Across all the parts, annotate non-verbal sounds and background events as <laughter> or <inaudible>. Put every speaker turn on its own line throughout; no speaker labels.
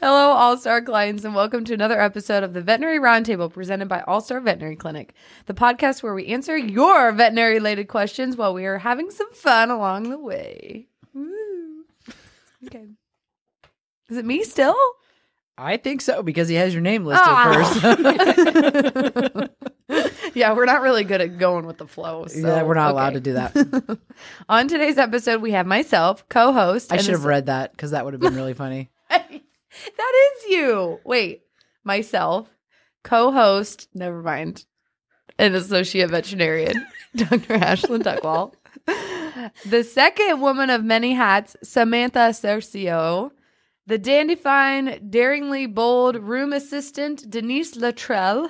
Hello, All Star clients, and welcome to another episode of the Veterinary Roundtable presented by All Star Veterinary Clinic, the podcast where we answer your veterinary related questions while we are having some fun along the way. Woo. Okay. Is it me still?
I think so because he has your name listed
Ah. <laughs>
first. <laughs>
Yeah, we're not really good at going with the flow. So,
yeah, we're not
okay.
allowed to do that.
<laughs> On today's episode, we have myself, co host.
I should have read that because that would have been really funny.
<laughs> that is you. Wait, myself, co-host. Never mind. An associate veterinarian, <laughs> Dr. Ashlyn Duckwall. the second woman of many hats, Samantha Cercio. The dandifying, daringly bold room assistant, Denise Latrell.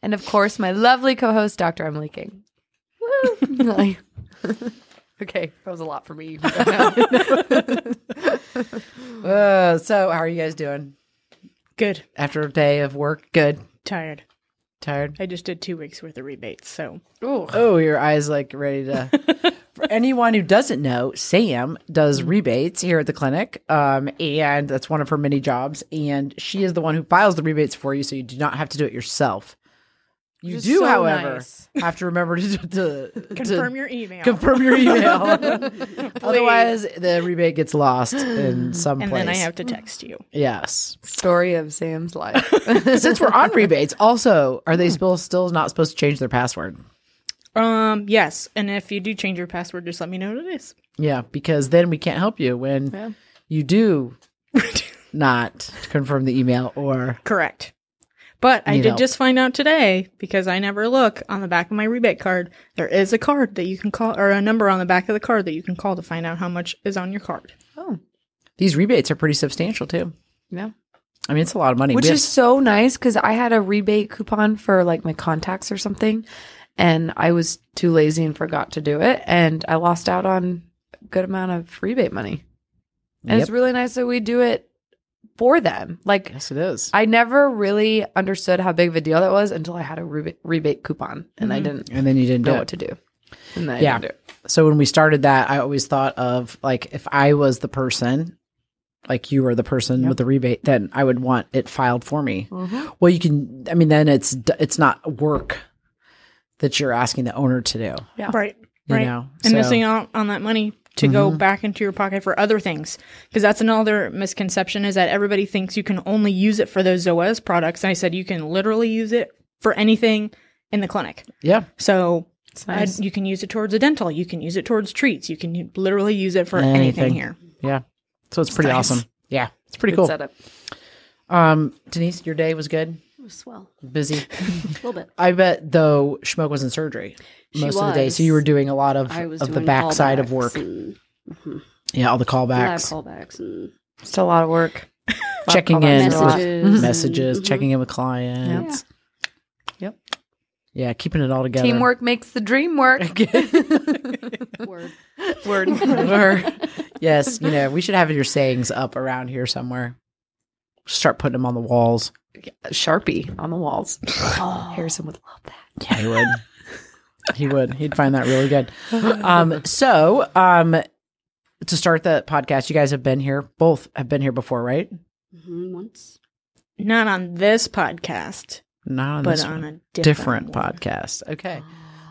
And of course, my lovely co host, Dr. Emily King. Woo! <laughs> okay, that was a lot for me. <laughs> You can go now.
<laughs> Uh, so, how are you guys doing
Good.
after a day of work? Good.
Tired.
Tired?
I just did two weeks worth of rebates, so
Oh, your eyes like
<laughs>
ready to. For anyone who doesn't know, Sam does rebates here at the clinic, um, and that's one of her many jobs. And she is the one who files the rebates for you, so you do not have to do it yourself. You
Just
do,
so
however,
nice.
have to remember to, to, to
<laughs> confirm your email.
confirm your email. <laughs> Otherwise, the rebate gets lost in some
and
place.
then I have to text you.
yes.
Story of Sam's <laughs> life.
Since we're on rebates, also, are they still still not supposed to change their password?
Um, yes. And if you do change your password, just let me know what it is. <laughs>
Yeah, because then we can't help you when you do not confirm the email or
Correct. But I
You
did
know.
just find out today because I never look on the back of my rebate card. There is a card that you can call, or a number on the back of the card that you can call to find out how much is on your card.
Oh.
these rebates are pretty substantial too.
Yeah.
I mean, it's a lot of money.
which
We have-
is so nice because I had a rebate coupon for like my contacts or something, and I was too lazy and forgot to do it, and I lost out on a good amount of rebate money. And it's
Yep.
really nice that we do it for them. Like
yes, it is.
I never really understood how big of a deal that was until I had a reba- rebate coupon, and I didn't
and then you didn't do
know
it.
what to do. And then I
Mm-hmm. Yeah.
didn't do it.
So when we started that, I always thought of like if I was the person, like you were the person with the rebate, then I would want it filed for me.
Mm-hmm.
Well, you can. I mean, then it's d- it's not work that you're asking the owner to do.
Yeah.
Right.
Oh. You
right.
know,
and
so-
missing out on that money to go back into your pocket for other things. Because that's another misconception is that everybody thinks you can only use it for those Zoetis products. And I said you can literally use it for anything in the clinic.
Yeah,
So uh,
nice.
you can use it towards a dental, you can use it towards treats, you can u- literally use it for anything,
Anything.
here.
yeah. So it's pretty
nice.
awesome. Yeah, it's pretty
Good
cool.
setup.
Um, Denise, your day was good.
Swell.
Busy.
<laughs> A little bit.
I bet though, Schmoke was in surgery
She
most of the day,
was.
so you were doing a lot of
I was
of the
doing
backside of
callbacks
work.
and
Yeah, all the
lab
callbacks,
callbacks and
<laughs>
It's a lot of work.
checking
callbacks.
in, with-
messages. and-
messages,
mhm.
checking in with clients.
Yep.
Yeah, keeping it all together.
Teamwork makes the dream work.
<laughs>
<laughs>
<coughs>
Word.
Word.
Or- <laughs> yes, you know, we should have your sayings up around here somewhere. Start putting them on the walls.
<laughs> Sharpie on the walls. Harrison would love that.
Yeah, he would. he would. He'd find that really good. Um, so, um, to start the podcast, you guys have been here. Both have been here before, right?
Mhm, Once.
Not on this podcast,
Not on
but
this
on a
different
different, one.
podcast.
Uh,
Okay.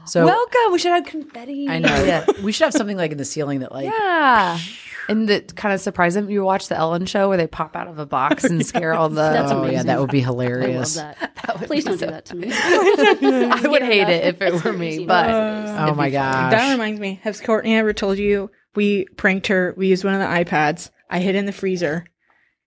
So
Welcome. We should have confetti.
I know. <laughs> We should have something like in the ceiling that like
Yeah. And that kind of surprise them. You watch the Ellen show where they pop out of a box and scare all the.
That's
Oh yeah,
amazing.
that would be
I love
hilarious.
that. <laughs> Please don't
<laughs>
do that
<laughs>
to me.
<laughs>
Mm-hmm.
I would hate it if it
It's
were
very
me,
easy.
but
Oh my gosh.
That reminds me. Has Courtney ever told you we pranked her? We used one of the iPads. I hid in the freezer,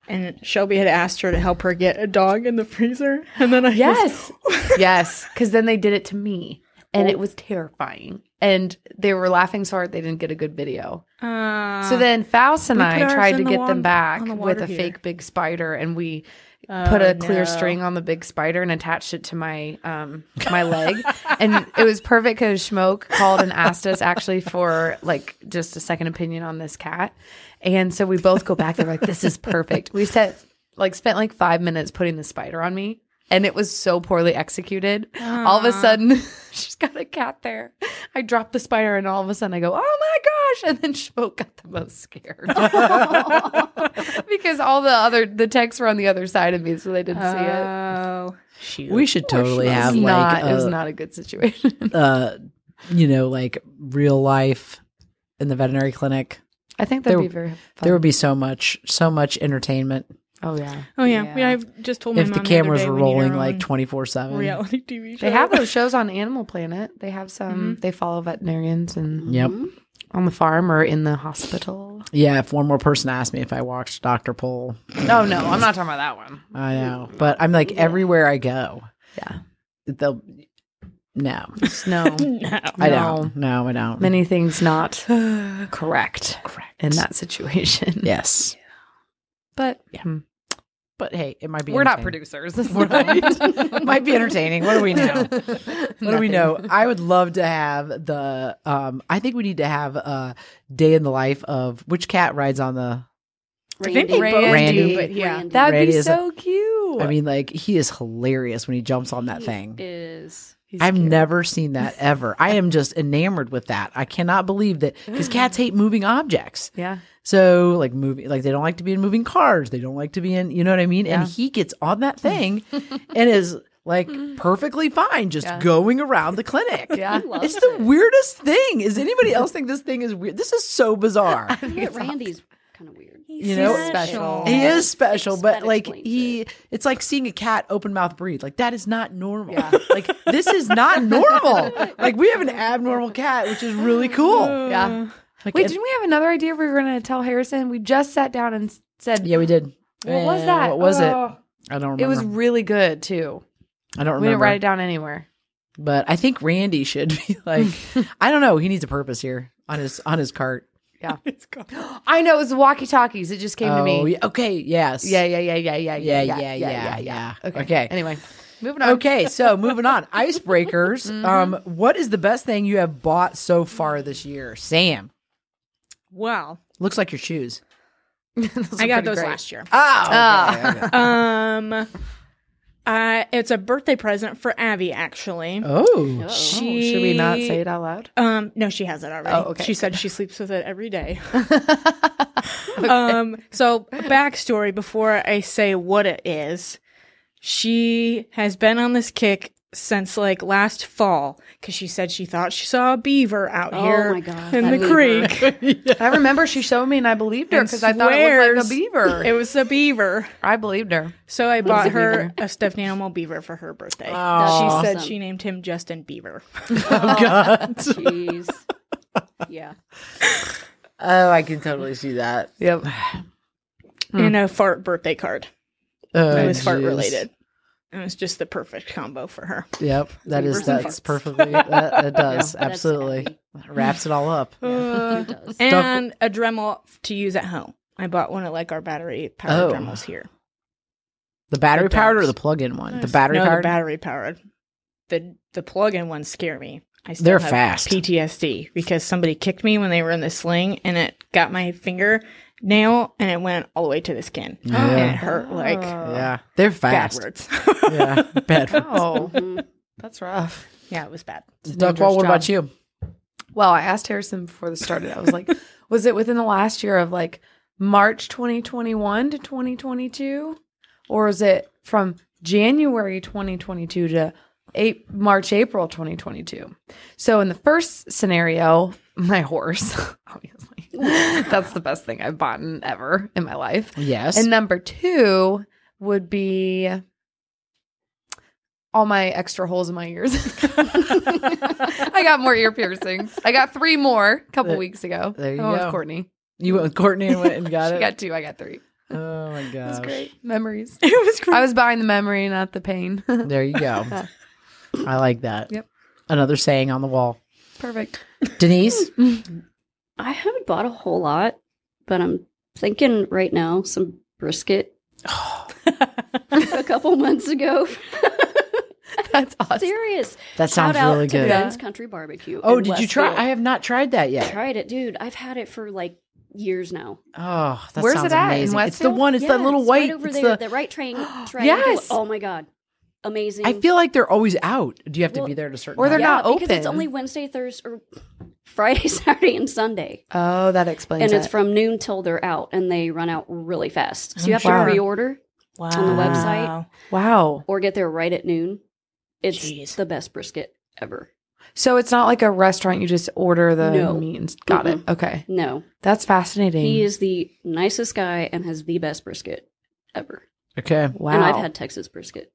and Shelby had asked her to help her get a dog in the freezer, <laughs> and then I just-
yes, yes, because then they did it to me, and it was terrifying. And they were laughing so hard they didn't get a good video.
Uh,
So then Faust and
we
I
put ours
tried to
in the
get
wa-
them back
on the
with
water
a
heater.
fake big spider, and we put a clear
Oh, no.
string on the big spider and attached it to my um my leg, <laughs> and it was perfect because Schmoke called and asked us actually for like just a second opinion on this cat, and so we both go back there like this is perfect. We set like spent like five minutes putting the spider on me. and it was so poorly executed. All of a
Aw.
sudden, <laughs> she's got a cat there. I dropped the spider, and all of a sudden, I go, "Oh my gosh!" And then Schmoke got the most
<laughs>
scared <laughs> because all the other the texts were on the other side of me, so they didn't see it.
Oh,
<laughs>
shoot.
We should totally
It
have
was
like
not, it was
a,
not a good situation. <laughs>
uh, you know, like real life in the veterinary clinic.
I think that'd
There-
be very fun.
There would be so much, so much entertainment
oh yeah,
oh yeah.
Yeah.
We, I just told Oh, my
if
mom
the
the other
cameras
day
were
we need our
rolling like
own
twenty four seven.
reality TV show.
they have <laughs> those shows on Animal Planet. They have some. They follow veterinarians and
Yep.
Mhm.
on the farm or in the hospital.
Yeah. If one more person asked me if I watched Doctor Pole,
Oh, No, no, I'm not talking about that one.
I know. But I'm like everywhere I go,
Yeah,
they'll no.
<laughs> no.
No.
No.
I don't. No, I don't.
many things not
<sighs>
correct correct in that situation.
yes.
But
But hey, it might be.
we're not
entertaining.
producers. <laughs>
Right. might be entertaining. What do <laughs> we know? What do we
Nothing.
know? I would love to have the. Um, I think we need to have a day in the life of which cat rides on the.
I think they
Randy.
both
Randy.
do, but yeah.
Randy
That'd
Randy
be
is a-
so cute.
I mean, like he is hilarious when he jumps on that thing.
is
He's
I've
cute.
never seen that ever. I am just enamored with that. I cannot believe that because cats hate moving objects.
Yeah.
So like moving, like they don't like to be in moving cars. They don't like to be in, you know what I mean? And he gets on that
<laughs>
thing and is like perfectly fine, just going around the clinic.
Yeah.
loves
It's the
it.
weirdest thing. Is anybody else think this thing is weird? This is
<laughs>
so bizarre.
Yeah, Randy's kind of weird.
You know,
special.
He is special,
That
but like
explains
he, it's like seeing a cat open mouth breathe. Like that is not normal.
Yeah.
<laughs> like this
<laughs>
is not normal. Like we have an abnormal cat, which is really cool.
Yeah.
Like,
Wait,
if-
didn't we have another idea we were going to tell Harrison? We just sat down and s- said,
yeah, we did.
What was
Uh,
that?
What was
Oh.
it? I don't remember.
It was really good too.
I don't
We didn't
remember.
write it down anywhere. <gasps>
But I think Randy should be <laughs> like, I don't know. He needs a purpose here on his on his cart.
<sighs> It's gone.
I know it was walkie talkies. It just came to
Oh,
me.
yeah, okay. Yes.
Yeah, yeah, yeah, yeah, yeah,
Yeah. Yeah. Yeah. Yeah.
Okay.
okay.
Anyway, moving on.
<laughs> Okay, so moving on, icebreakers. Um, what is the best thing you have bought so far this year, Sam?
Wow.
Looks like your shoes.
I got
pretty
those
great.
last year.
Oh,
Ah.
Um, uh, it's a birthday present for Abby, actually.
oh,
Oh, should we not say it out loud?
Um, no, she has it already.
Oh, okay.
She said she sleeps with it every day.
<laughs>
<laughs> Um, so backstory before I say what it is, she has been on this kick since like last fall because she said she thought she saw a beaver out
Oh
here
my God,
in the
that beaver.
<laughs>
<laughs>
creek.
I remember she showed me and I believed her
and
because I thought it looked
swears
like a beaver.
<laughs>
it was a beaver.
I believed her.
So I bought
a
her
beaver?
a stuffed animal beaver for her birthday.
That's
<laughs>
she said
awesome.
she named him Justin Beaver.
Oh,
<laughs>
God.
Oh, Jeez. Yeah.
Oh, I can totally see that.
Yep. Hmm.
in a fart birthday card.
Oh,
it was fart
jeez.
related. It was just the perfect combo for
<laughs>
her.
Yep, that is
Beavers and
that's
farts.
perfectly that, that does
that's
absolutely wraps it all up. <laughs>
Uh,
It does.
and a Dremel to use at home. I bought one of like our battery
Oh.
powered Dremels here.
The battery
It
powered or
does.
the plug-in one? The battery
no,
powered.
The battery powered. The the plug in ones scare me. I still
They're
have
fast.
PTSD because somebody kicked me when they were in the sling and it got my finger nail and it went all the way to the skin. And it hurt like
yeah, they're fast.
backwards.
<laughs>
<laughs>
Yeah, bad.
<laughs> Oh,
Mm-hmm.
that's rough.
yeah, it was bad. <laughs>
Duckwall, what about you?
Well, I asked Harrison before this started. I was like, was it within the last year of like March 2021 to 2022? Or is it from January 2022 to eight, March, April 2022? So in the first scenario, my horse, <laughs> obviously. That's the best thing I've bought ever in my life.
Yes.
And <laughs> number two would be all my extra holes in my ears. I got more ear piercings. I got three more a couple
There-
weeks ago.
there you
I went
go.
With Courtney.
<laughs> You went with Courtney and went and got
She
it.
got two. I got three.
oh my
It was
gosh!
great. Memories.
It was great.
I was buying the memory, not the pain. <laughs>
There you go. I like that.
Yep.
Another saying on the wall.
Perfect.
Denise,
I haven't bought a whole lot, but I'm thinking right now some brisket. <laughs> a couple
<laughs>
months ago.
That's awesome.
Serious.
that sounds
Shout out
really
to
good.
Ben's Country Barbecue.
Oh,
in
did you try?
Westfield.
I have not tried that yet.
tried it, dude. I've had it for like years now.
Oh, that
Where's
sounds
it at? In
amazing. It's the
Westfield?
one. It's
Yeah,
that little
it's
white. <gasps>
right over
it's
there, the,
the-
right train. triangle.
Yes.
Oh my god, amazing.
I feel like they're always out. Do you have to
Well,
be there at a certain
or they're
time?
not
because it's
open.
only Wednesday, Thursday, or <laughs> Friday, <laughs> Saturday, and Sunday,
Oh, that explains
and it's
it.
from noon till they're out, and they run out really fast. So
I'm
you have
sure.
to reorder
Wow.
on the website.
wow.
or get there right at noon. It's
Jeez.
the best brisket ever.
So it's not like a restaurant. You just order the
No.
meat. And, got it. Okay,
No,
that's fascinating.
he is the nicest guy and has the best brisket ever.
Okay.
wow.
And I've had Texas brisket.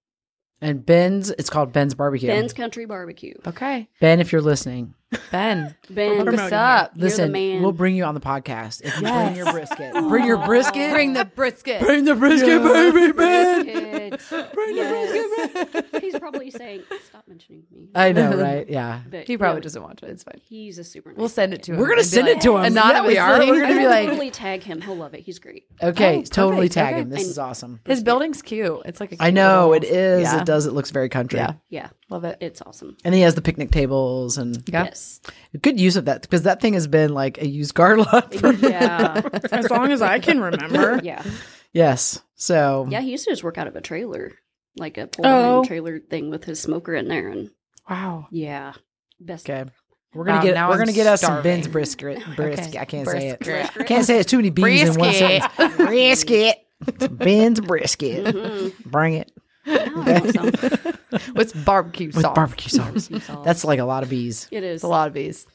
And Ben's, it's called Ben's Barbecue.
Ben's Country Barbecue.
okay,
ben, if you're listening,
Ben,
Ben,
look us
Promoting
up.
You're the
listen,
man.
we'll bring you on the podcast if you bring
Yes.
your brisket. bring your brisket.
Bring the brisket. <laughs>
bring the brisket, baby, Ben.
<laughs> brisket.
Bring the
Yes.
brisket. Ben.
He's probably saying, "Stop mentioning me."
I know,
<laughs>
right? Yeah.
But
Uh, He probably
no,
doesn't watch it. It's fine.
He's a super. Nice
We'll send it to him.
We're gonna
and be
send
like-
it to him.
anonymously.
Yeah, we are. We're
We're
gonna
gonna be like,
totally tag him. He'll love it. He's great.
Okay.
Oh,
totally
perfect,
tag
okay.
him. This
And-
is awesome.
his building's cute. It's like a
I
cute
know it
little-
is.
Yeah.
It does. It looks very country.
Yeah.
Yeah,
Love it.
it's awesome.
And he has the picnic tables and
Yeah.
Yes.
good use of that because that thing has been like a used car
<laughs>
lot. For,
Yeah.
As long as I can
<laughs>
remember.
yeah.
yes. So
Yeah. He used to just work out of a trailer, like a pull
Oh.
trailer thing with his smoker in there, and
Wow.
yeah, best.
okay. We're gonna
Wow,
get
Um, now
we're
I'm
gonna get us some
starving.
Ben's
<laughs>
brisket. Brisket. I can't say
Brisket.
it. Can't say it's too many B's in one
Brisket. <laughs>
sentence. brisket. It's Ben's brisket. <laughs>
Mm-hmm.
Bring it
<laughs>
Mhm.
With barbecue
with
sauce.
barbecue sauce. <laughs> That's like a lot of B's.
it is.
It's a lot of bees.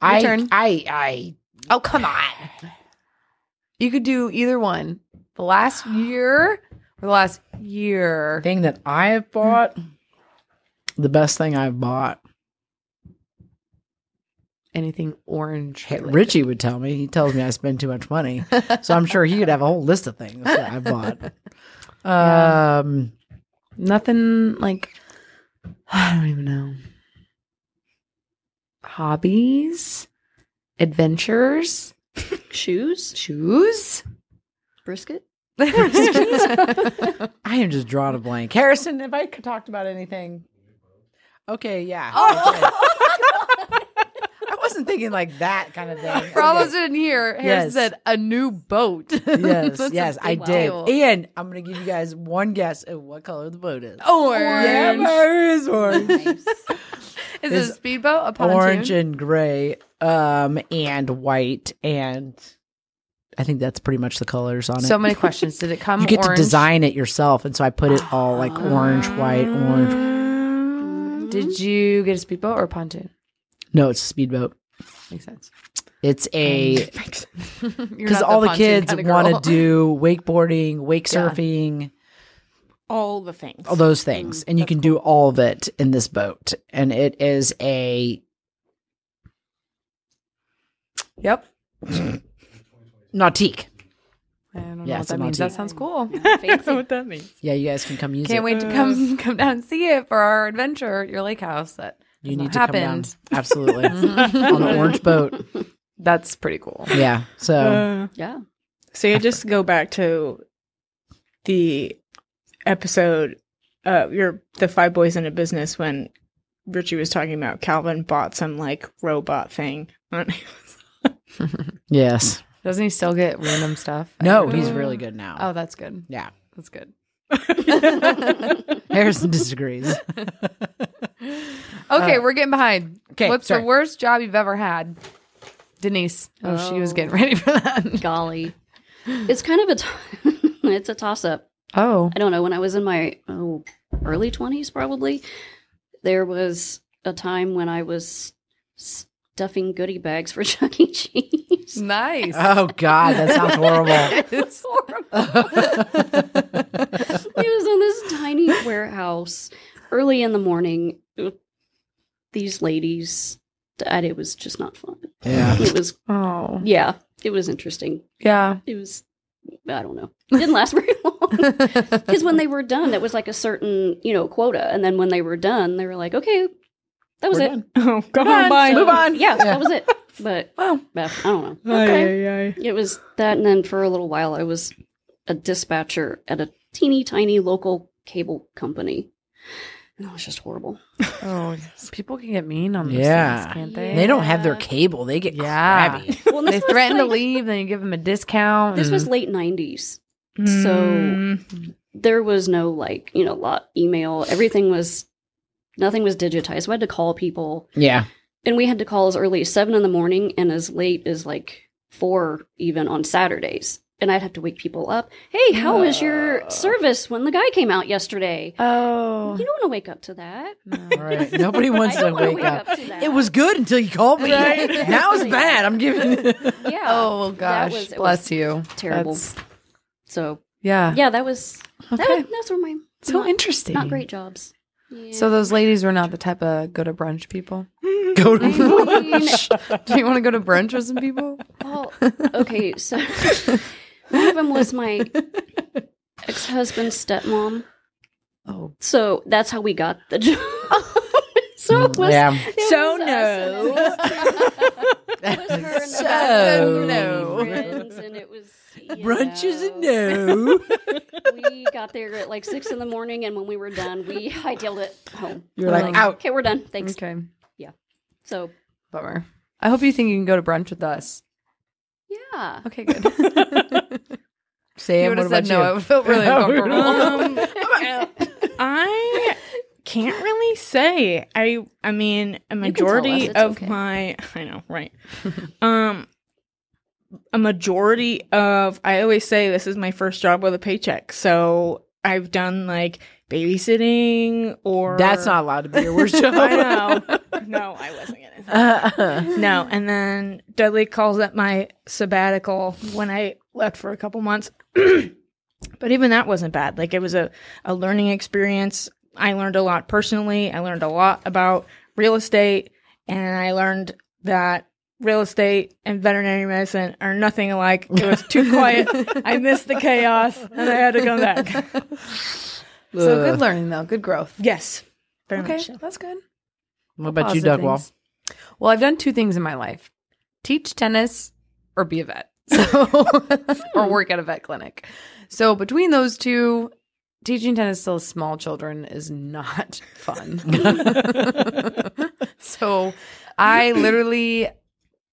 I,
turn.
I I
Oh, come on. You could do either one. The last year or the last year.
thing that I have bought. The best thing I've bought.
Anything orange.
Hey,
related.
Richie would tell me. He tells me I spend too much
<laughs>
money, so I'm sure he could have a whole list of things that I bought. Um,
Nothing like, <sighs> I don't even know. Hobbies, adventures,
Shoes,
<laughs>
shoes. <laughs>
brisket.
<laughs>
oh,
I am just drawing a blank. Harrison, have I talked about anything? Okay, yeah.
Oh.
<laughs>
<laughs>
I wasn't thinking like that kind of thing.
for all those who didn't hear, Harrison
Yes.
said a new boat. <laughs>
Yes,
That's a
yes, I
big
did.
deal.
And I'm gonna give you guys one guess at what color the boat is.
Orange.
Yeah, mine is orange.
Nice.
Is
Is
it a speedboat? A pontoon?
orange and gray, um, and white, and I think that's pretty much the colors on it.
So many questions. Did
<laughs>
it come?
you get
orange? Ah.
to design it yourself, and so I put it all like orange, white, orange.
Mm-hmm. Did you get a speedboat or a pontoon?
No, it's a speedboat.
Makes sense. <laughs>
It's a
Because
because all the, kids want to do wakeboarding, wake
Yeah.
surfing,
All the things. <laughs>
all those
Mm,
things, and you can do all of it in this boat. And it is a
Yep.
nautique.
I don't know
Yeah,
what
it's a
that means.
Monty.
That sounds cool.
<laughs>
know
Fancy.
what that means.
Yeah, you guys can come use
Can't
it. Uh,
wait to come <laughs> come down and see it for our adventure at your lake house. That
You
has
need
not
to
happened.
come down. Absolutely.
<laughs>
on the orange boat.
That's pretty cool.
Yeah. So
<laughs> Uh,
<laughs> Yeah. <laughs>
so you just go back to the episode, uh, your the five boys in a business when Richie was talking about Calvin bought some like robot thing. <laughs> Oh,
yes.
Doesn't he still get random stuff?
No, he's really good now.
Oh, that's good.
Yeah.
That's good.
<laughs> Harrison disagrees.
Okay,
Uh,
we're getting behind.
'kay,
What's
sorry.
the worst job you've ever had? Denise. Oh, she was
Oh.
getting ready for that.
Golly, it's kind of a t- <laughs> it's a toss up.
<laughs> Oh.
I don't know. When I was in my oh, early twenties, probably there was a time when I was stuffing goodie bags for <laughs> Chuck E.
<laughs>
Cheese.
Nice.
Oh God, that
<laughs>
sounds horrible. <laughs>
it was horrible. It was in this tiny warehouse early in the morning. These ladies, and it was just not fun.
yeah.
It was,
oh.
yeah, it was interesting.
Yeah. <laughs>
It was, I don't know, it didn't last very <laughs> long.
Oh,
Because when they were done, it was like a certain, you know, quota. And then when they were done, they were like, okay, that was
We're
it.
done.
Oh, come
on,
on, bye.
So,
Move on.
Yeah,
Yeah.
that was it. But
Wow.
uh, I don't know.
Okay.
It was that. And then for a little while, I was a dispatcher at a teeny tiny local cable company. And that was just horrible.
Oh, people can get mean on those
Yeah.
things, can't they?
They don't have their
Yeah.
cable. They get
Yeah.
crabby.
<laughs> Well, and
They
this was
threaten to
like-
leave, then you give them a discount.
This was
and-
Mm.
late 90s.
So
there was no like you know lot email. Everything was nothing was digitized. So I had to call people,
Yeah.
and we had to call as early as seven in the morning and as late as like four even on Saturdays. And I'd have to wake people up. Hey, how was your service when the guy came out yesterday?
Oh.
You don't want to wake up to that.
All right. <laughs> Nobody wants
I
to
don't wanna
wake up.
to that.
It was good until you called me.
Right?
<laughs> now it's bad. I'm giving.
yeah.
Oh well, gosh,
was- it
bless
was
you.
terrible.
That's-
So
Ah.
yeah.
yeah, that was that
Okay.
was, those were my
So
not-
interesting.
not great jobs. Yeah.
So those ladies were not the type of go to brunch people.
Go
I <laughs>
to.
mean,
<laughs> Do you want to go to brunch with some <laughs> people?
well, okay, so <laughs> one of them was my ex husband's stepmom.
Oh,
So that's how we got the job. <laughs> so it was,
Yeah.
it
So
was us and it
no.
was- it was her and the
So
best
no.
friends, and it was you
Brunch is a
know.
no.
we got there at like six in the morning, and when we were done, we hightailed it home.
You're like
Um,
out.
Okay, we're done. Thanks.
okay,
So
bummer. I hope you think you can go to brunch with us.
yeah,
Okay, <laughs> good. if you
Sam,
would
what
have said
about
no, I
you?
would felt <laughs> really
I would-
uncomfortable.
<laughs> Um,
Uh,
I can't really say. I I mean, a
tell us,
majority
it's
of
okay.
my I know, right. um a majority of I always say this is my first job with a paycheck. So I've done like babysitting or
That's not allowed to be your
<laughs>
worst job. <laughs>
I know. No, I wasn't gonna say no, and then Dudley calls it my sabbatical when I left for a couple months. <clears throat> but even that wasn't bad. Like it was a, a learning experience. I learned a lot personally. I learned a lot about real estate, and I learned that real estate and veterinary medicine are nothing alike. It was <laughs> too quiet. I missed the chaos, and I had to come back. <laughs>
so good learning though, good growth.
Yes, very
okay,
much. So.
that's good.
What about you,
Positive
Doug Wall?
things. Well, I've done two things in my life: teach tennis or be a vet, <laughs> so <laughs> or work at a vet clinic. So between those two, teaching tennis to small children is not <laughs> fun. <laughs>
<laughs>
so I literally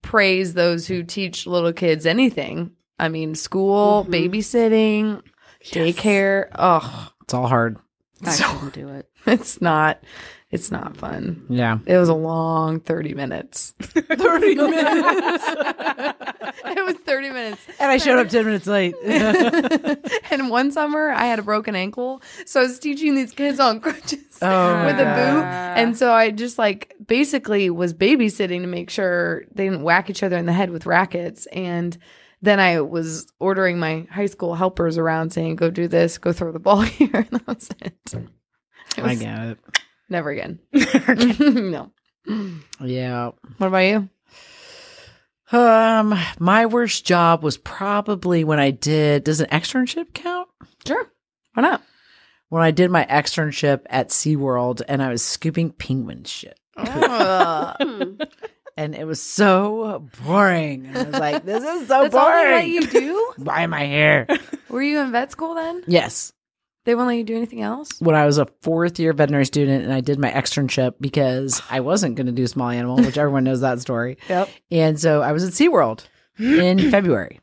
praise those who teach little kids anything. I mean, school,
Mhm.
babysitting, daycare. Oh,
It's all hard.
I
So-
couldn't do it.
<laughs> it's not. It's not fun. <laughs>
Yeah.
It was a long 30 minutes.
<laughs>
30 minutes. <laughs> it was 30 minutes.
And I showed up 10 minutes
<laughs>
late.
and one summer I had a broken ankle. So I was teaching these kids on crutches
Oh,
with a boot.
God.
And so I just like basically was babysitting to make sure they didn't whack each other in the head with rackets. And then I was ordering my high school helpers around saying, go do this, go throw the ball <laughs> here. And that was it. It
I
was
get it.
never <laughs> again. no.
Yeah.
What about you?
Um, my worst job was probably when I did. Does an externship count?
Sure. Why not?
When I did my externship at SeaWorld and I was scooping penguin shit.
Oh.
Hmm.
And it was so boring. And I was like, this is so
That's all they let
boring.
you do?
<laughs> Why am I
<laughs>
here?
Were you in vet school then?
yes.
They won't let you do anything else?
When I was a fourth year veterinary student and I did my externship because I wasn't going to do small
<laughs>
animal, which everyone knows that story.
Yep.
And so I was at SeaWorld
<clears throat>
in February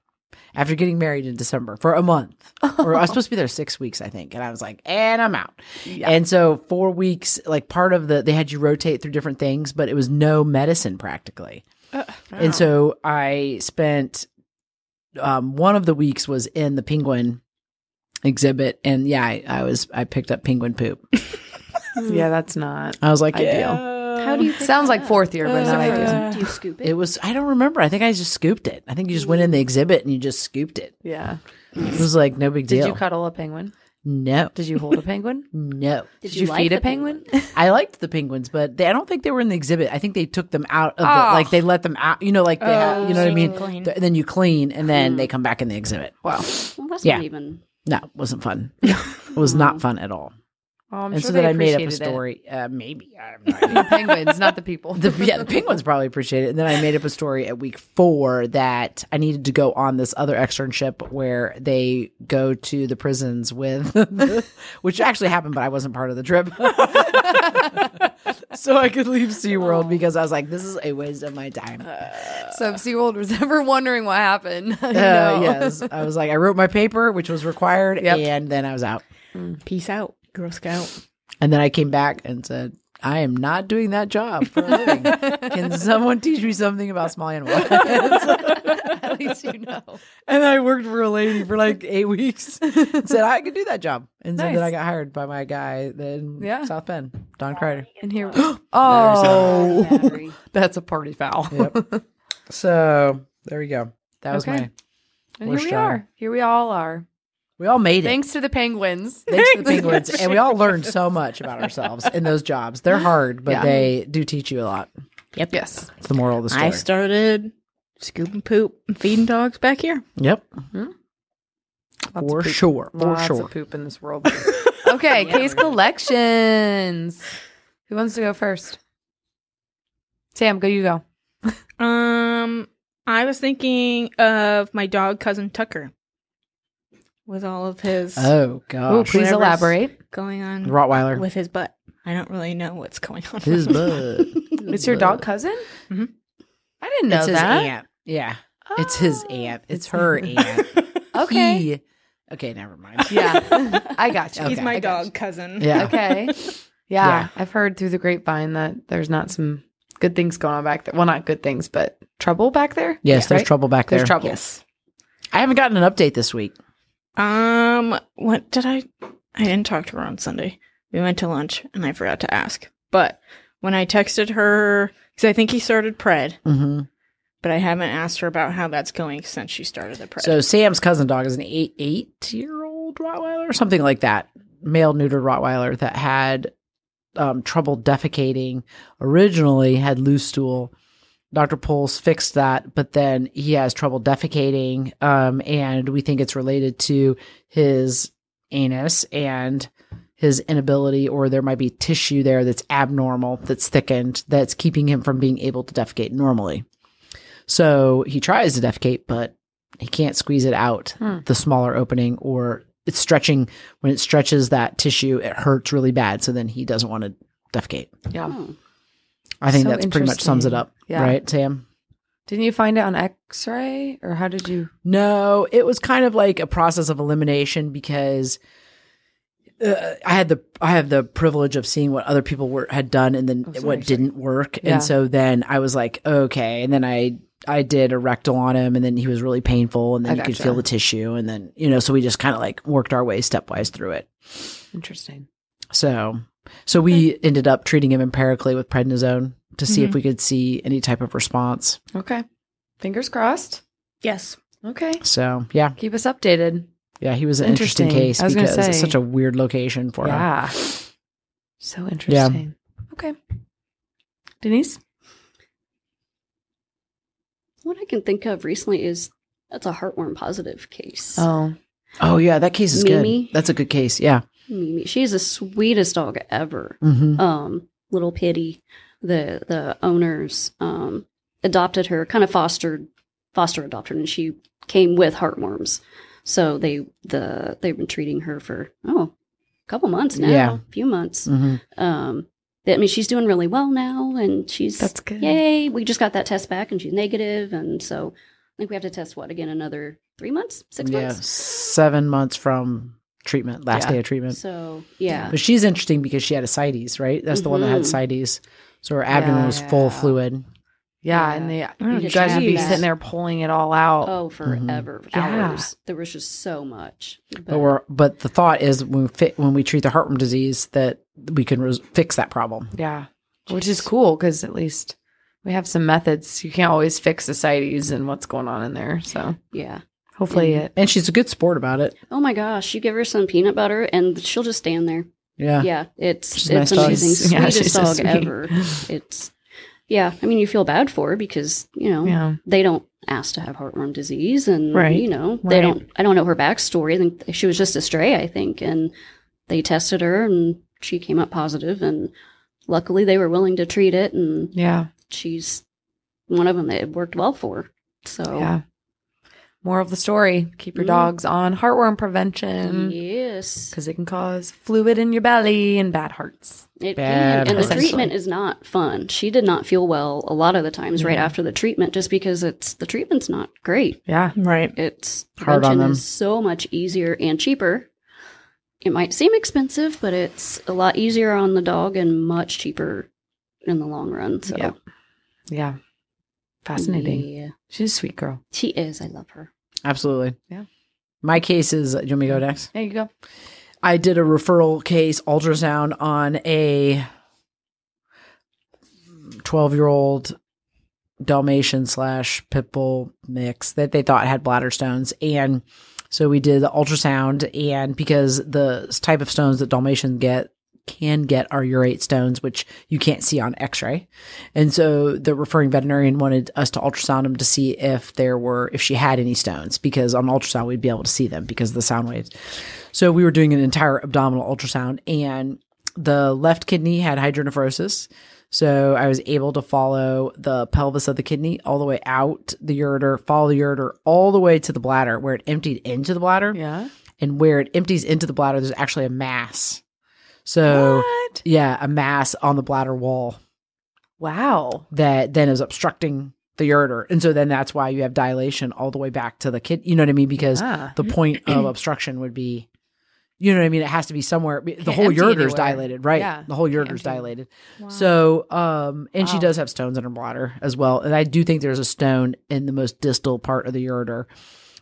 after getting married in December for a month. or
<laughs>
I was supposed to be there six weeks, I think. And I was like, and I'm out.
Yeah.
And so four weeks, like part of the, they had you rotate through different things, but it was no medicine practically.
Uh,
And so I spent um, one of the weeks was in the penguin exhibit. And yeah, I, I was, I picked up penguin poop.
Yeah, that's not.
I was
<laughs>
like,
Ideal.
yeah.
How do you pick
Sounds
that
like
up?
fourth year, but
Uh,
not ideal.
idea.
Do you scoop it?
It was, I don't remember. I think I just scooped it. I think you just went in the exhibit and you just scooped it.
Yeah.
It was like no big
Did
deal.
you cuddle a penguin?
no,
Did you hold a penguin?
no.
Did,
Did you,
like
feed
the
a penguin?
<laughs> I liked the penguins, but they, I don't think they were in the exhibit. I think they took them out of
Oh.
the, like they let them out. You know, like they have, you know what I
Oh.
mean.
Clean.
Th- then you clean, and
Hmm.
then they come back in the exhibit.
wow.
Well, that's
Yeah.
not even.
<laughs>
No, it wasn't fun. it was not fun at all.
Oh, I'm
and
sure
so
they
then I made up a
appreciated it.
story. Uh, maybe I have no idea.
<laughs> The penguins, not the people.
<laughs> the, yeah, the penguins probably appreciate it. And then I made up a story at week four that I needed to go on this other externship where they go to the prisons with, <laughs> which actually happened, but I wasn't part of the trip. <laughs> so I could leave
Oh.
SeaWorld because I was like, this is a waste of my time.
Uh, so if SeaWorld was ever wondering what happened, <laughs> you
Uh,
know.
yes. I was like, I wrote my paper, which was required,
Yep.
and then I was out.
Mm.
Peace out, Girl Scout.
And then I came back and said, I am not doing that job for a
<laughs>
living. Can someone teach me something about small animals?
<laughs> At least you know.
and I worked for a lady for <laughs> like eight weeks. and said I could do that job. And so
Nice.
then I got hired by my guy in
Yeah.
South Bend,
<laughs>
Don Crider.
And <gasps> here, <laughs> oh,
Battery.
that's a party foul.
Yep. so there we go. That was
Okay.
my.
And
We're
here we
strong.
are. Here we all are.
We all made it.
Thanks to the penguins.
Thanks
<laughs>
to the penguins, and we all learned so much about ourselves in those
<laughs>
jobs. They're hard, but
Yeah.
they do teach you a lot.
Yep.
Yes.
It's the moral of the story.
I started scooping poop and feeding dogs back here.
yep,
Lots of
for
poop.
sure, for
Lots
sure.
of poop in this
<laughs>
world. okay, case collections. Who wants to go first? Sam, go. You go.
Um, I was thinking of my dog cousin Tucker with all of his
Oh
Ooh,
gosh,
please
whatever's-
elaborate.
going on
Rottweiler.
with his butt. I don't really know what's going
<laughs>
on.
his butt.
It's your dog cousin.
Mhm.
I didn't know
Mm-hmm. It's his
that.
aunt. Yeah, it's his
<gasps> Oh.
aunt. It's her aunt.
Okay.
He- okay,
<laughs>
never mind.
yeah,
<laughs>
I got you.
<laughs> He's
Okay.
my
I got
dog cousin.
Yeah.
you.
<laughs>
Okay. Yeah,
Yeah.
I've heard through the grapevine that there's not some good things going on back there. Well, not good things, but trouble back there.
Yes,
Yeah,
there's
right?
trouble back
There's
there.
trouble.
Yes.
I haven't gotten an update this week.
Um, what did I? I didn't talk to her on Sunday. We went to lunch and I forgot to ask. But when I texted her, because I think he started Pred,
hmm
but I haven't asked her about how that's going since she started the Pred.
So Sam's cousin dog is an eight eight year old Rottweiler or something like that, male neutered Rottweiler that had um, trouble defecating. Originally had loose stool. Dr. Poles fixed that, but then he has trouble defecating, um, and we think it's related to his anus and his inability, or there might be tissue there that's abnormal, that's thickened, that's keeping him from being able to defecate normally. So he tries to defecate, but he can't squeeze it out
Hmm.
the smaller opening, or it's stretching. When it stretches that tissue, it hurts really bad. So then he doesn't want to defecate.
Yeah.
Oh.
I think
So
that's pretty much sums it
interesting.
up,
Yeah.
right, Sam?
Didn't you find it on X-ray, or how did you?
No, it was kind of like a process of elimination because uh, I had the I have the privilege of seeing what other people were had done and then
Oh, sorry,
what
sorry.
didn't work,
Yeah.
and so then I was like, okay, and then I I did a rectal on him, and then he was really painful, and then
I
you could
gotcha.
feel the tissue, and then you know, so we just kind of like worked our way stepwise through it.
Interesting.
So, so we ended up treating him empirically with prednisone to see if
Mm-hmm.
Mhm.
we could see any type of response.
Okay. Fingers crossed.
yes.
Okay.
So, yeah,
Keep us updated.
yeah, he was an interesting,
Interesting. I was
case
gonna
because it's
say.
such a weird location for him.
yeah. So interesting. Okay. Denise?
What I can think of recently is that's a heartworm positive case.
Oh.
Oh yeah, that case is
Mimi?
good. That's a good case. Yeah.
Mimi, she's the sweetest dog ever.
Mm-hmm.
Um, little pity, the the owners um, adopted her, kind of fostered, foster adopted, and she came with heartworms. So they the they've been treating her for oh, a couple months now,
Yeah.
a few months.
hmm
Um, I mean, she's doing really well now, and she's
That's good.
yay. We just got that test back, and she's negative, and so I think we have to test what again another three months, six
Mm-hmm. Yeah,
months.
seven months from treatment, last
Yeah.
day of treatment.
So yeah,
But she's interesting because she had ascites, right? That's the one that had
Mhm.
ascites. So her abdomen was full of
Yeah.
fluid.
Yeah,
Yeah.
and they
Oh,
you guys would be
geez.
sitting there pulling it all out.
Oh, forever,
Yeah.
hours. There was just so much. But,
Mm-hmm. But we're but the thought is when we fit, when we treat the heartworm disease that we can res- fix that problem.
Yeah. Which is cool because at least we have some methods. You can't always fix societies and what's going on in there. So
yeah.
hopefully
Yeah.
it
And she's a good sport about it.
Oh my gosh, you give her some peanut butter and she'll just stand there.
Yeah.
Yeah, it's
She's a nice
it's
dog.
amazing.
She's- <laughs> yeah,
Sweetest
she's so
dog
sweet.
ever. It's yeah. I mean, you feel bad for her because you know
<laughs> yeah.
they don't ask to have heartworm disease, and
Right.
you know
Right.
they don't. I don't know her backstory. I think she was just a stray. I think, and they tested her, and she came up positive, and luckily they were willing to treat it, and
Yeah.
she's one of them that it worked well for. So
Yeah. More of the story. Keep your
Mm.
dogs on heartworm prevention
yes,
because it can cause fluid in your belly and bad hearts.
it
Bad
can. And the
Essentially.
treatment is not fun. She did not feel well a lot of the times right
Yeah.
after the treatment, just because it's the treatment's not great.
Yeah.
Right.
It's
Hard on
prevention
them.
Is so much easier and cheaper, it might seem expensive, but it's a lot easier on the dog and much cheaper in the long run. So
Yep. Yeah. Fascinating.
yeah.
She's a sweet girl.
she is. I love her.
Absolutely.
Yeah.
My case is. Do you want me to go next?
There you go.
I did a referral case ultrasound on a 12 year old Dalmatian slash pit bull mix that they thought had bladder stones. And so we did the ultrasound. And because the type of stones that Dalmatians get can get are urate stones, which you can't see on x ray. And so the referring veterinarian wanted us to ultrasound him to see if there were, if she had any stones, because on ultrasound we'd be able to see them because of the sound waves. So we were doing an entire abdominal ultrasound, and the left kidney had hydronephrosis. So I was able to follow the pelvis of the kidney all the way out the ureter, follow the ureter all the way to the bladder, where it emptied into the bladder.
Yeah.
And where it empties into the bladder, there's actually a mass. So,
What?
yeah, a mass on the bladder wall
Wow.
that then is obstructing the ureter. And so then that's why you have dilation all the way back to the kid. You know what I mean? Because
Ah.
the point of obstruction would be you know what I mean? It has to be somewhere. the whole
empty
ureter is
anywhere.
dilated, right?
Yeah,
The whole
can't
ureter is
empty.
dilated. So, um, and she
Wow.
does have stones in her bladder as well. And I do think there's a stone in the most distal part of the ureter.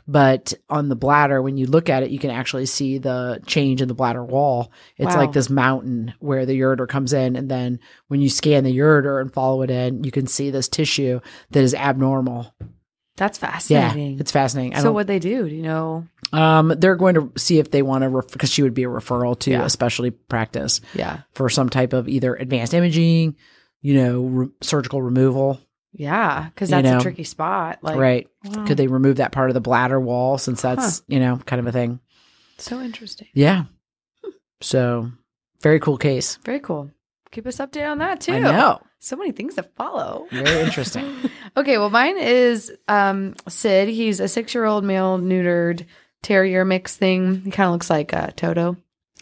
But on the bladder, when you look at it, you can actually see the change in the bladder wall. It's
Wow.
like this mountain where the ureter comes in. And then when you scan the ureter and follow it in, you can see this tissue that is abnormal.
That's
Yeah,
fascinating.
it's fascinating. I
so
don't-
what they do, do you know?
um, they're going to see if they want to, ref- because she would be a referral to
Yeah.
a specialty practice
Yeah.
for some type of either advanced imaging, you know, re- surgical removal,
Yeah. Because
You
that's
know.
a tricky spot. Like
right?
Wow.
Could they remove that part of the bladder wall since that's, you know, kind of a thing?
so interesting.
Yeah. So, very cool case.
Very cool. Keep us updated on that too.
I <laughs> know.
So many things to follow.
Very interesting.
Okay, well, mine is um, Sid. He's a six-year-old male neutered terrier mix thing. He kind of looks like uh, Toto.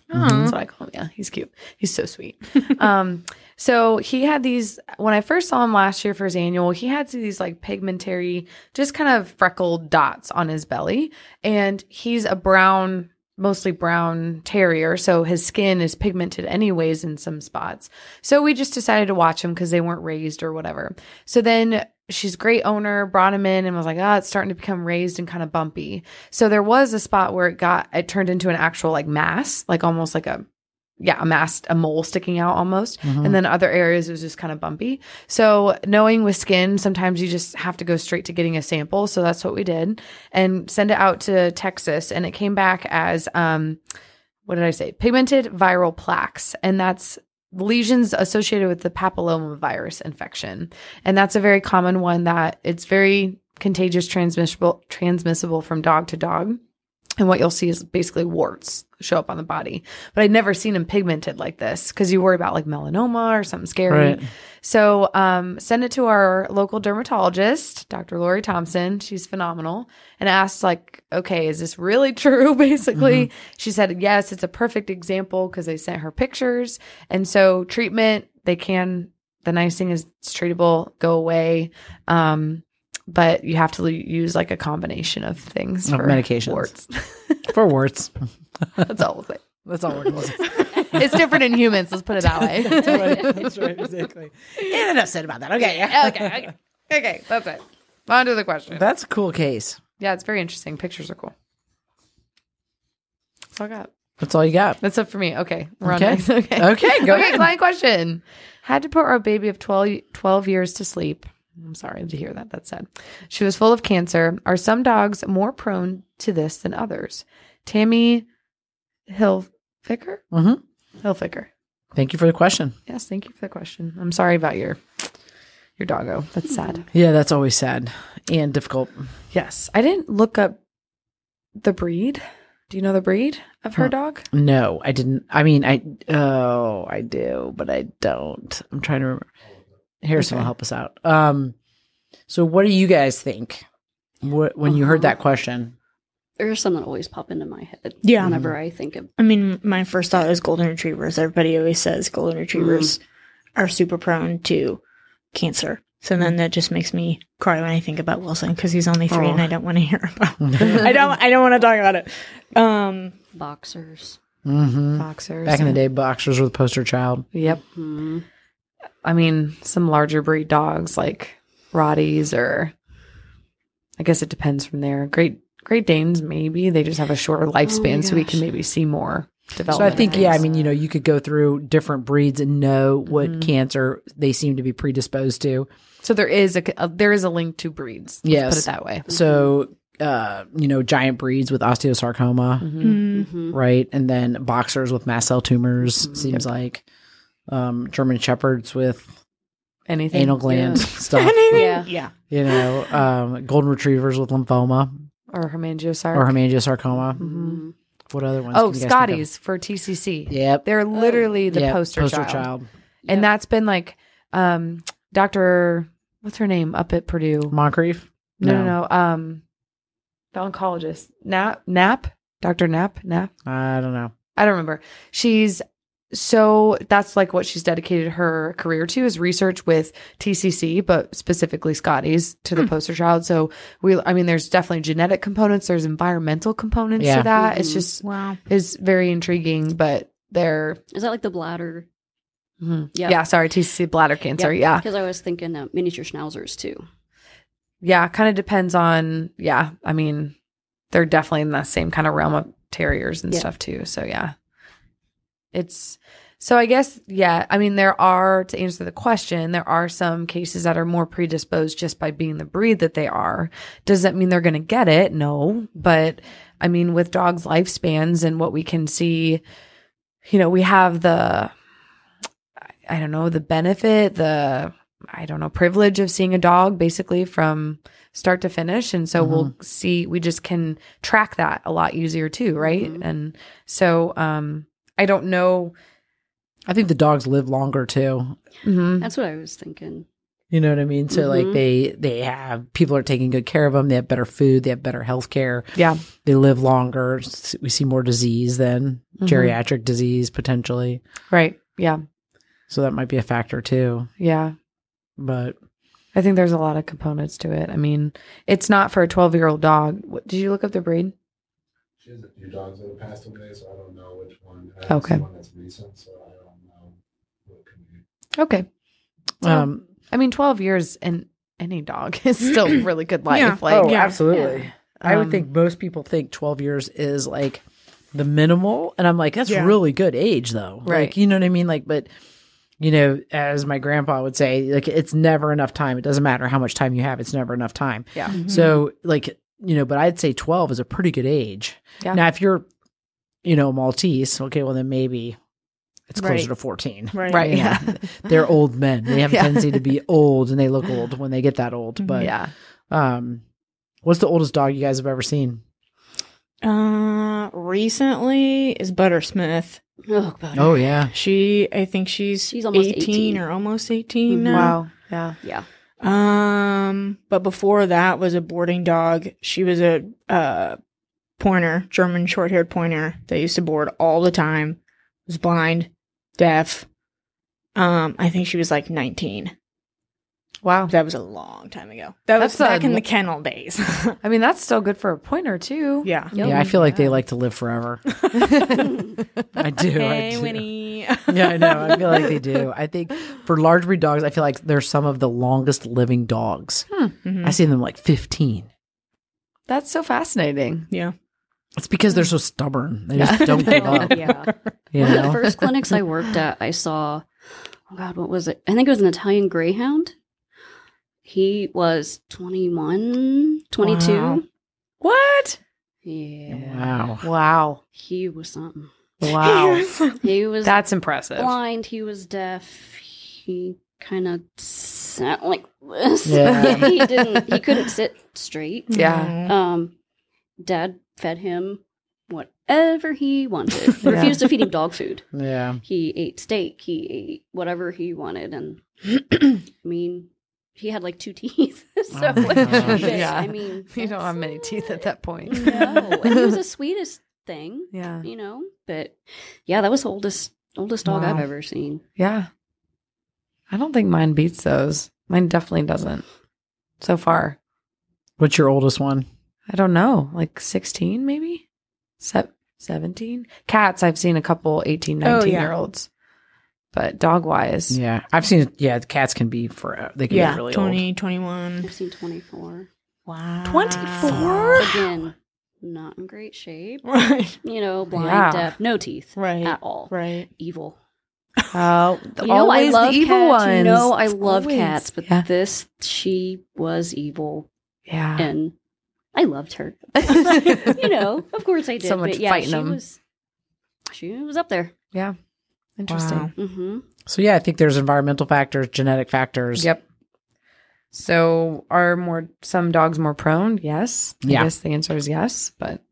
That's
Uh-huh. Mm-hmm.
Oh.
what I call him. Yeah, he's cute. He's so sweet. <laughs> um, so he had these when I first saw him last year for his annual. He had these like pigmentary, just kind of freckled dots on his belly, and he's a brown, mostly brown terrier. So his skin is pigmented anyways in some spots. So we just decided to watch him because they weren't raised or whatever. So then. She's a great owner, brought him in and was like, oh, it's starting to become raised and kind of bumpy. So there was a spot where it got it turned into an actual like mass, like almost like a yeah, a mass, a mole sticking out almost.
Mm-hmm.
And then other areas it was just kind of bumpy. So knowing with skin, sometimes you just have to go straight to getting a sample. So that's what we did and send it out to Texas. And it came back as um what did I say? Pigmented viral plaques. And that's lesions associated with the papillomavirus infection. And that's a very common one that it's very contagious, transmissible, transmissible from dog to dog. And what you'll see is basically warts show up on the body. But I'd never seen them pigmented like this because you worry about like melanoma or something scary.
Right.
So um, send it to our local dermatologist, Dr. Lori Thompson. She's phenomenal. And asked, like, okay, is this really <laughs> true? Basically, she said, yes, it's a perfect example because they sent her pictures. And so treatment, they can. The nice thing is it's treatable, go away. Um, but you have to l- use like a combination of things
Of
for
medications.
warts. <laughs>
For warts.
That's all we'll say.
<laughs> That's all we're going <laughs>
It's different in humans. Let's put it that way.
That's <laughs> right. Exactly. And enough said about that. Okay.
<laughs> okay, okay, okay. That's it. On to the question.
That's a cool case.
Yeah, it's very interesting. Pictures are cool. That's all I got.
That's all you got.
That's it for me. Okay. We're
Okay.
on next. <laughs> Okay.
Okay, go
okay,
ahead.
client question. Had to put our baby of 12, 12 years to sleep. I'm sorry to hear that. That's sad. She was full of cancer. Are some dogs more prone to this than others? Tammy Hilfiger?
Mhm.
Hilfiger.
Thank you for the question.
Yes, thank you for the question. I'm sorry about your your doggo. That's sad.
Yeah, that's always sad and difficult.
Hmm. Yes. I didn't look up the breed. Do you know the breed of her
Huh.
dog?
No, I didn't. I mean, I oh, I do, but I don't. I'm trying to remember. Harrison will
Okay.
help us out. Um, so what do you guys think? What when you heard
Uh-huh.
that question? <laughs>
There's some that always pop into my head.
Yeah.
Whenever I think of
I mean, my first thought is golden retrievers. Everybody always says golden retrievers are super prone to cancer. So then that just makes me cry when I think about Wilson because he's only
Mm-hmm.
three and I don't want to hear about. I don't. I don't want to talk about it. Um,
boxers.
Mm-hmm.
boxers.
Back in the day, boxers were the poster child.
Yep.
Mhm.
I mean, some larger breed dogs like Rotties or I guess it depends from there. Great Great Danes maybe. They just have a shorter lifespan so we
gosh.
can maybe see more
Oh So
development.
I
of
think, yeah, I
things.
mean, you know, you could go through different breeds and know what
Mhm.
cancer they seem to be predisposed to.
So there is a, a there is a link to breeds. Let's
Yes.
Put it that way.
So, uh, you know, giant breeds with osteosarcoma,
Mhm.
Mm.
Mhm.
right? And then boxers with mast cell tumors,
Mm-hmm.
seems like. Um, German shepherds with
Anything. <laughs>
anal gland stuff,
Yeah.
Yeah.
you know, um, golden retrievers with lymphoma
Yeah. or hemangiosarc.
or
Mhm.
hemangiosarcoma.
Mhm.
What other ones?
Oh,
can you guys think of?
Scotties for TCC.
Yep.
They're literally the
Yep,
poster, child.
child.
And
Yep.
that's been like um Dr. what's her name up at Purdue?
Moncrief?
No, no, no. Um, the oncologist, Nap, Nap, Doctor Nap, Nap.
I don't know.
I don't remember. She's so that's like what she's dedicated her career to is research with TCC, but specifically Scotties to the poster child. So we, I mean, there's definitely genetic components. There's environmental components
Yeah.
to that. It's
Mhm.
just
Wow.
it's very intriguing, but they're
Is that like the bladder?
mhm.
Yeah.
yeah. Sorry, TCC bladder cancer. Yeah,
Because I was thinking uh, miniature schnauzers too.
yeah, kind of depends on yeah. I mean, they're definitely in that same kind of realm of terriers and
Yeah.
stuff too. So yeah, it's so I guess yeah. I mean, there are to answer the question, there are some cases that are more predisposed just by being the breed that they are. Does that mean they're going to get it? No, but I mean, with dogs' lifespans and what we can see, you know, we have the I- I don't know the benefit the I don't know, privilege of seeing a dog basically from start to finish. And so we'll see, we just can track that a lot easier too, right?
Mhm.
And so um, I don't know.
I think the dogs live longer too.
Mhm.
That's what I was thinking. <laughs>
You know what I mean? So like
Mm-hmm.
Mhm.
they they have people are taking good care of them. They have better food. They have better health care.
Yeah.
They live longer. S- We see more disease then
Mhm.
geriatric disease potentially.
Right. Yeah.
So that might be a factor too.
Yeah.
But
I think there's a lot of components to it. I mean, it's not for a 12 year old dog. What, did you look up the breed?
She has a few dogs that have passed away, so I don't know which one. I haven't
Okay.
seen One that's recent, so I don't know what could be.
Okay.
Oh,
um,
I mean, 12 years and any dog <laughs> is still really good life.
Yeah.
Like,
yeah.
absolutely. Oh, I would
Um,
think most people think 12 years is like the minimal. And I'm like, that's
Yeah.
really good age, though. Like,
Right.
you know what I mean? Like, but, you know, as my grandpa would say, like, it's never enough time. It doesn't matter how much time you have, it's never enough time.
yeah.
Hmm. Mm-hmm.
So, like, you know, but I'd say 12 is a pretty good age.
Yeah.
Now, if you're, you know, Maltese, okay, well, then maybe it's closer
Right.
to 14.
Right.
Um, Right.
You know,
Yeah.
They're old men. They have a
Yeah.
tendency to be old and they look old when they get that old.
Mhm.
<laughs>
But,
yeah.
um, what's the oldest dog you guys have ever seen?
Uh, recently is Buttersmith.
Oh, God.
Oh yeah,
She, I think she's,
She's almost
18,
18.
or almost 18
Mhm.
now.
Wow. Yeah.
Yeah.
Um, but before that was a boarding dog. She was a uh pointer, German short-haired pointer. They used to board all the time. Was blind, deaf. Um, I think she was like 19.
Wow.
That was a long time ago. That
That's
was
a
back in
lo-
the
<laughs>
kennel days.
I mean, that's still good for a pointer too.
yeah.
Yep.
yeah. I feel like they
Yeah.
like to live forever. I do. I
Hey,
do.
Winnie.
<laughs> Yeah, I know. I feel
<laughs>
like they do. I think for large breed dogs, I feel like they're some of the longest living dogs.
Mhm.
I see them like fifteen.
That's so fascinating.
Yeah.
It's because they're so stubborn. They
<laughs>
just
Yeah.
don't give up.
yeah.
You
One of the
know. <laughs>
first clinics I worked at, I saw, oh God, what was it? I think it was an Italian Greyhound. He was 21, 22.
Wow.
What?
Yeah.
Wow.
Wow.
He was something.
Wow.
<laughs> He was
That's impressive.
blind. He was deaf. He kind of sat like this.
Yeah.
<laughs> he didn't, he couldn't sit straight.
Yeah.
Mhm.
Um, Dad fed him whatever he wanted.
<laughs>
Yeah.
Refused to feed him dog food.
Yeah.
he ate steak he ate whatever he
<clears throat>
wanted and i mean he had like two teeth <laughs> so
Oh my gosh.
Yeah.
yeah. i mean
<laughs> You don't
that's
have many teeth at
it.
that point.
<laughs> no and he
<laughs>
was the sweetest thing
yeah.
you know but yeah that was the oldest oldest dog
Wow.
i've ever seen
Yeah. I don't think mine beats those. Mine definitely doesn't. So far.
What's your oldest one?
I don't know. Like 16 maybe? Se- 17 cats i've seen a couple 18
Oh,
19
yeah.
year olds but dog wise
Yeah, I've seen. Yeah, the cats can be forever. They can
yeah,
be really old.
20, 21.
I've seen 24.
Wow.
24?
Again, not in great shape.
<laughs> Right.
You know, blind,
Yeah.
deaf, no teeth
Right.
at all.
Right.
Evil.
uh,
You
always
know, I love
the evil
cats.
ones
You know, I
It's
love
always-
cats, but
yeah,
this, she was evil,
yeah.
and I loved her. <laughs> you know, of course I did.
Someone's
but yeah,
fighting
she
'em.
was. She was up there.
<laughs> interesting
Wow.
Mm-hmm.
So yeah, I think there's environmental factors, genetic factors.
Yep. So are more some dogs more prone? Yes.
Yeah.
I guess the answer is yes, but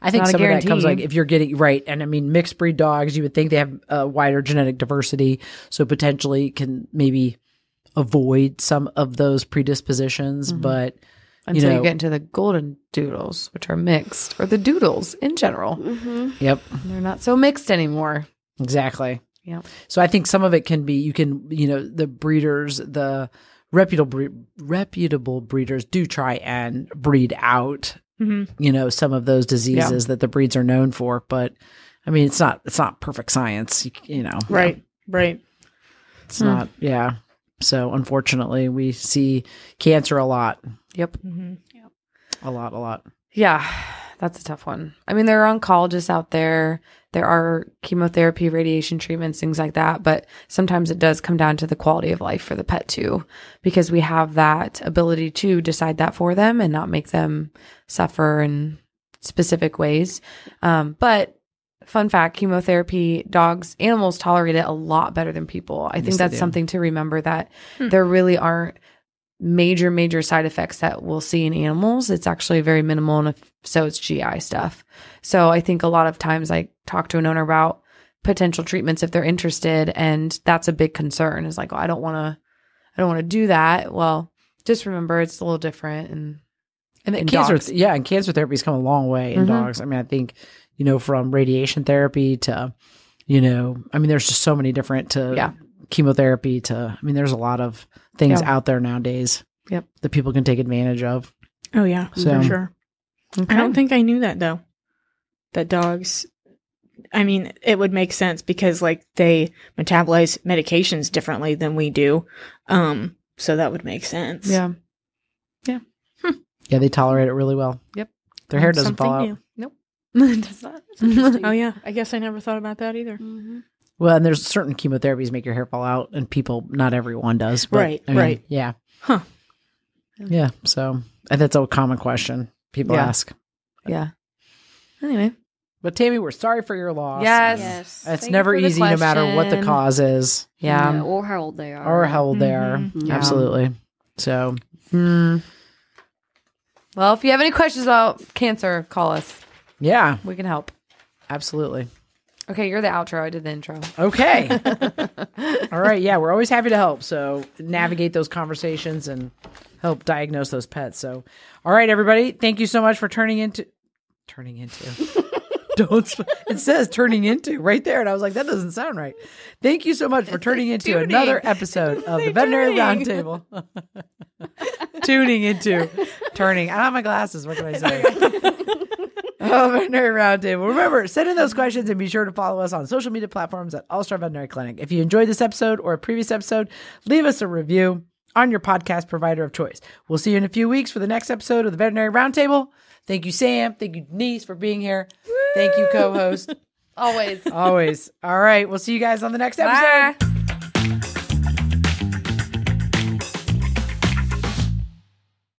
I think
Not a
some of that comes
guarantee.
like if you're getting right, and I mean mixed breed dogs, you would think they have uh, wider genetic diversity, so potentially can maybe avoid some of those predispositions.
Mhm.
But
until you,
know-
get into the golden doodles, which are mixed, or the doodles in general.
Mm-hmm.
yep,
They're not so mixed anymore.
exactly.
Yep.
So I think some of it can be you can you know the breeders the reputable bre- reputable breeders do try and breed out
hmm
you know some of those diseases that the breeds are known for but i mean it's not it's not perfect science you, you know
Right. Right.
it's
Hmm.
not yeah so unfortunately we see cancer a lot
Yep.
hmm
a lot a lot
Yeah. That's a tough one. I mean, there are oncologists out there. There are chemotherapy, radiation treatments, things like that. But sometimes it does come down to the quality of life for the pet too, because we have that ability to decide that for them and not make them suffer in specific ways. Um, but fun fact chemotherapy dogs animals tolerate it a lot better than people i
Yes,
think
they
that's
do.
something to remember that
Hmm.
there really aren't major major side effects that we'll see in animals it's actually very minimal and if, so it's gi stuff so i think a lot of times i talk to an owner about potential treatments if they're interested and that's a big concern is like oh, i don't want to i don't want to do that well just remember it's a little different and
and Mm-hmm. the
In
cancer
dogs.
yeah and cancer therapy's come a long way in
Mhm.
dogs i mean i think you know from radiation therapy to you know i mean there's just so many different to
Yeah.
chemotherapy to i mean there's a lot of things
Yeah.
out there nowadays
Yep.
that people can take advantage of
Oh, yeah.
So-
for sure. I don't think I knew that though. That dogs I mean, it would make sense because like they metabolize medications differently than we do. Um so that would make
<laughs>
sense.
yeah
yeah they tolerate it really well
Yep.
their hair doesn't
Something
fall out
new.
does that
Oh yeah. I guess I never thought about that either.
hmm
Well, and there's certain chemotherapies make your hair fall out, and people, not everyone does. But,
Right,
I mean,
right.
Yeah.
Huh.
Yeah. So and that's a common question people
Yeah.
ask.
yeah anyway
But Tammy, we're sorry for your loss.
Yes.
Yes.
It's
Thank you
never
for the
easy, no matter what the
question.
cause is
yeah
Yeah, or how old they are.
or how old they are.
Mhm.
Mm-hmm.
Yeah.
Absolutely. So
Hmm. Well, if you have any questions about cancer, call us.
yeah,
We can help.
absolutely.
Okay, you're the outro. I did the intro.
Okay. All right. Yeah, we're always happy to help. So navigate those conversations and help diagnose those pets. So, all right, everybody. Thank you so much for turning into turning into. Don't sp- it says turning into right there, and I was like, that doesn't sound right. Thank you so much for turning into
tuning.
another episode of the Veterinary Roundtable. tuning into turning. I don't have my glasses. What can I say? Oh, Veterinary Roundtable. Remember, send in those questions and be sure to follow us on social media platforms at All Star Veterinary Clinic. If you enjoyed this episode or a previous episode, leave us a review on your podcast provider of choice. We'll see you in a few weeks for the next episode of the Veterinary Roundtable. Thank you, Sam. Thank you, Denise, for being here. Thank you, co host.
Always.
Always. All right. We'll see you guys on the next episode.
<laughs> Bye.